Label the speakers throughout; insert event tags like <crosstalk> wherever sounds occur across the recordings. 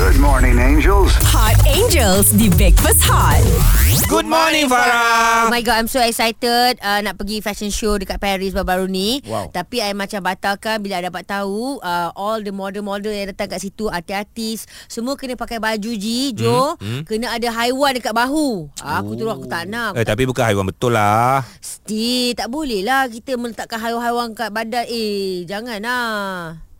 Speaker 1: Good morning, angels.
Speaker 2: Hot Angels di Breakfast Hot.
Speaker 3: Good morning
Speaker 4: Oh
Speaker 3: Farah
Speaker 4: my god, I'm so excited uh, nak pergi fashion show dekat Paris baru-baru ni.
Speaker 3: Wow.
Speaker 4: Tapi I macam batalkan bila I dapat tahu uh, all the model-model yang datang kat situ, artis-artis, semua kena pakai baju ji, Jo, hmm, hmm. kena ada haiwan dekat bahu. Ah, aku terus aku tak nak.
Speaker 3: Eh tapi bukan haiwan betul lah
Speaker 4: Sti, tak boleh lah kita meletakkan haiwan-haiwan kat badan. Eh, jangan lah.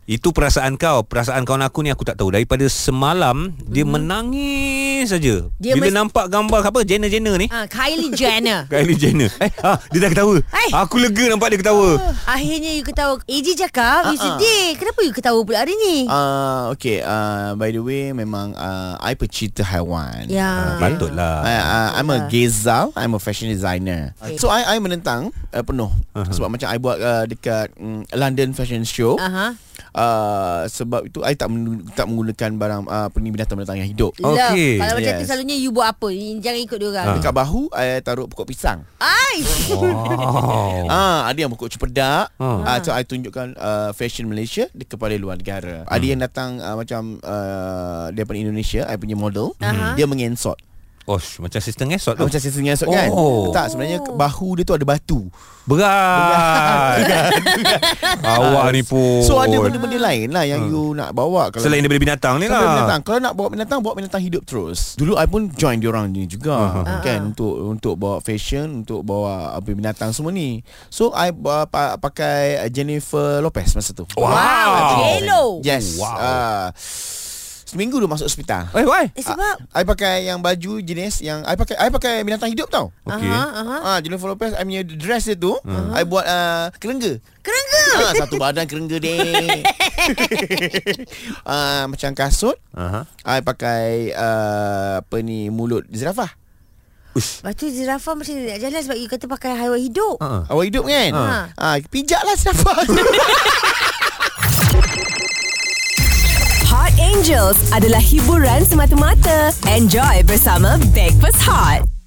Speaker 3: Itu perasaan kau Perasaan kawan aku ni aku tak tahu Daripada semalam Dia menangis saja
Speaker 4: Dia
Speaker 3: Bila
Speaker 4: mes-
Speaker 3: nampak gambar apa Jenner-Jenner ni
Speaker 4: Ah, Kylie Jenner.
Speaker 3: <laughs> Kylie Jenner eh, ah, Dia dah ketawa
Speaker 4: Hai.
Speaker 3: Aku lega nampak dia ketawa
Speaker 4: Akhirnya you ketawa. AJ cakap, uh-uh. you sedih. Kenapa you ketawa pula hari ni? Uh.
Speaker 5: Ah, uh, okay. Uh, by the way, memang uh, I pecinta haiwan.
Speaker 4: Ya.
Speaker 3: Ah, Patutlah
Speaker 5: I, uh, I'm a geizal I'm a fashion designer So I I menentang uh, Penuh Sebab macam I buat uh, Dekat um, London Fashion Show
Speaker 4: Aha.
Speaker 5: uh, Sebab itu I tak men- tak menggunakan Barang uh, Apa ni binatang-binatang yang hidup
Speaker 3: Oh. Okey.
Speaker 4: Love. Kalau macam tu
Speaker 5: Yes. Ha.
Speaker 4: selalunya you buat apa? You Jangan ikut dia orang.
Speaker 5: Dekat bahu I taruh pokok pisang
Speaker 4: Ais.
Speaker 3: Oh. Wow
Speaker 5: Ah, ada yang pokok cepedak.
Speaker 3: Ah.
Speaker 5: Ah, so I tunjukkan uh, fashion Malaysia di kepada luar negara. Ada yang datang uh, macam uh, daripada Indonesia, I punya model,
Speaker 4: Aha.
Speaker 5: dia mengensot.
Speaker 3: Osh, Macam sistem esot
Speaker 5: Oh.
Speaker 3: tu
Speaker 5: Macam sistem mengensot kan?
Speaker 3: Oh.
Speaker 5: Tak, sebenarnya ke- bahu dia tu ada batu.
Speaker 3: Berat <laughs> Awak ni pun
Speaker 5: So ada benda-benda lain lah yang you nak bawa
Speaker 3: Oh.
Speaker 5: kalau
Speaker 3: Hmm. Selain daripada binatang ni
Speaker 5: Kalau
Speaker 3: lah
Speaker 5: binatang, kalau nak bawa binatang, bawa binatang hidup terus. Dulu I pun join diorang ni
Speaker 3: Hmm,
Speaker 5: juga uh-huh.
Speaker 4: Ah.
Speaker 5: kan untuk untuk bawa fashion, untuk bawa apa binatang semua ni. So I uh, pa- pakai Jennifer Lopez masa tu.
Speaker 3: Wow.
Speaker 4: Wow, yellow.
Speaker 5: Yes.
Speaker 3: Wow.
Speaker 5: Wow. Uh, seminggu dulu masuk hospital.
Speaker 3: Eh why?
Speaker 4: Eh, sebab
Speaker 5: I pakai yang baju jenis yang I pakai I pakai binatang hidup tau.
Speaker 3: Okay
Speaker 4: Aha, aha.
Speaker 5: Ah, Jennifer Lopez I punya dress dia tu,
Speaker 3: Hmm.
Speaker 5: uh-huh. I buat uh, kerengga.
Speaker 4: Kerengga.
Speaker 5: Ah, satu badan kerengga deh. ah, macam kasut.
Speaker 3: Aha.
Speaker 5: I pakai uh, apa ni mulut zirafah.
Speaker 3: Ush.
Speaker 4: Lepas tu zirafah macam dia nak jalan sebab you kata pakai haiwan hidup.
Speaker 3: Ha.
Speaker 5: Awak hidup kan?
Speaker 4: Ha.
Speaker 5: Ah, pijaklah zirafah. <laughs>
Speaker 2: Hot Angels adalah hiburan semata-mata. Enjoy bersama Breakfast Hot.